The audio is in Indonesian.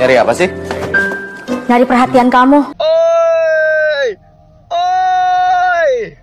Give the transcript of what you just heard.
Nyari apa sih? Nyari perhatian kamu. Oh.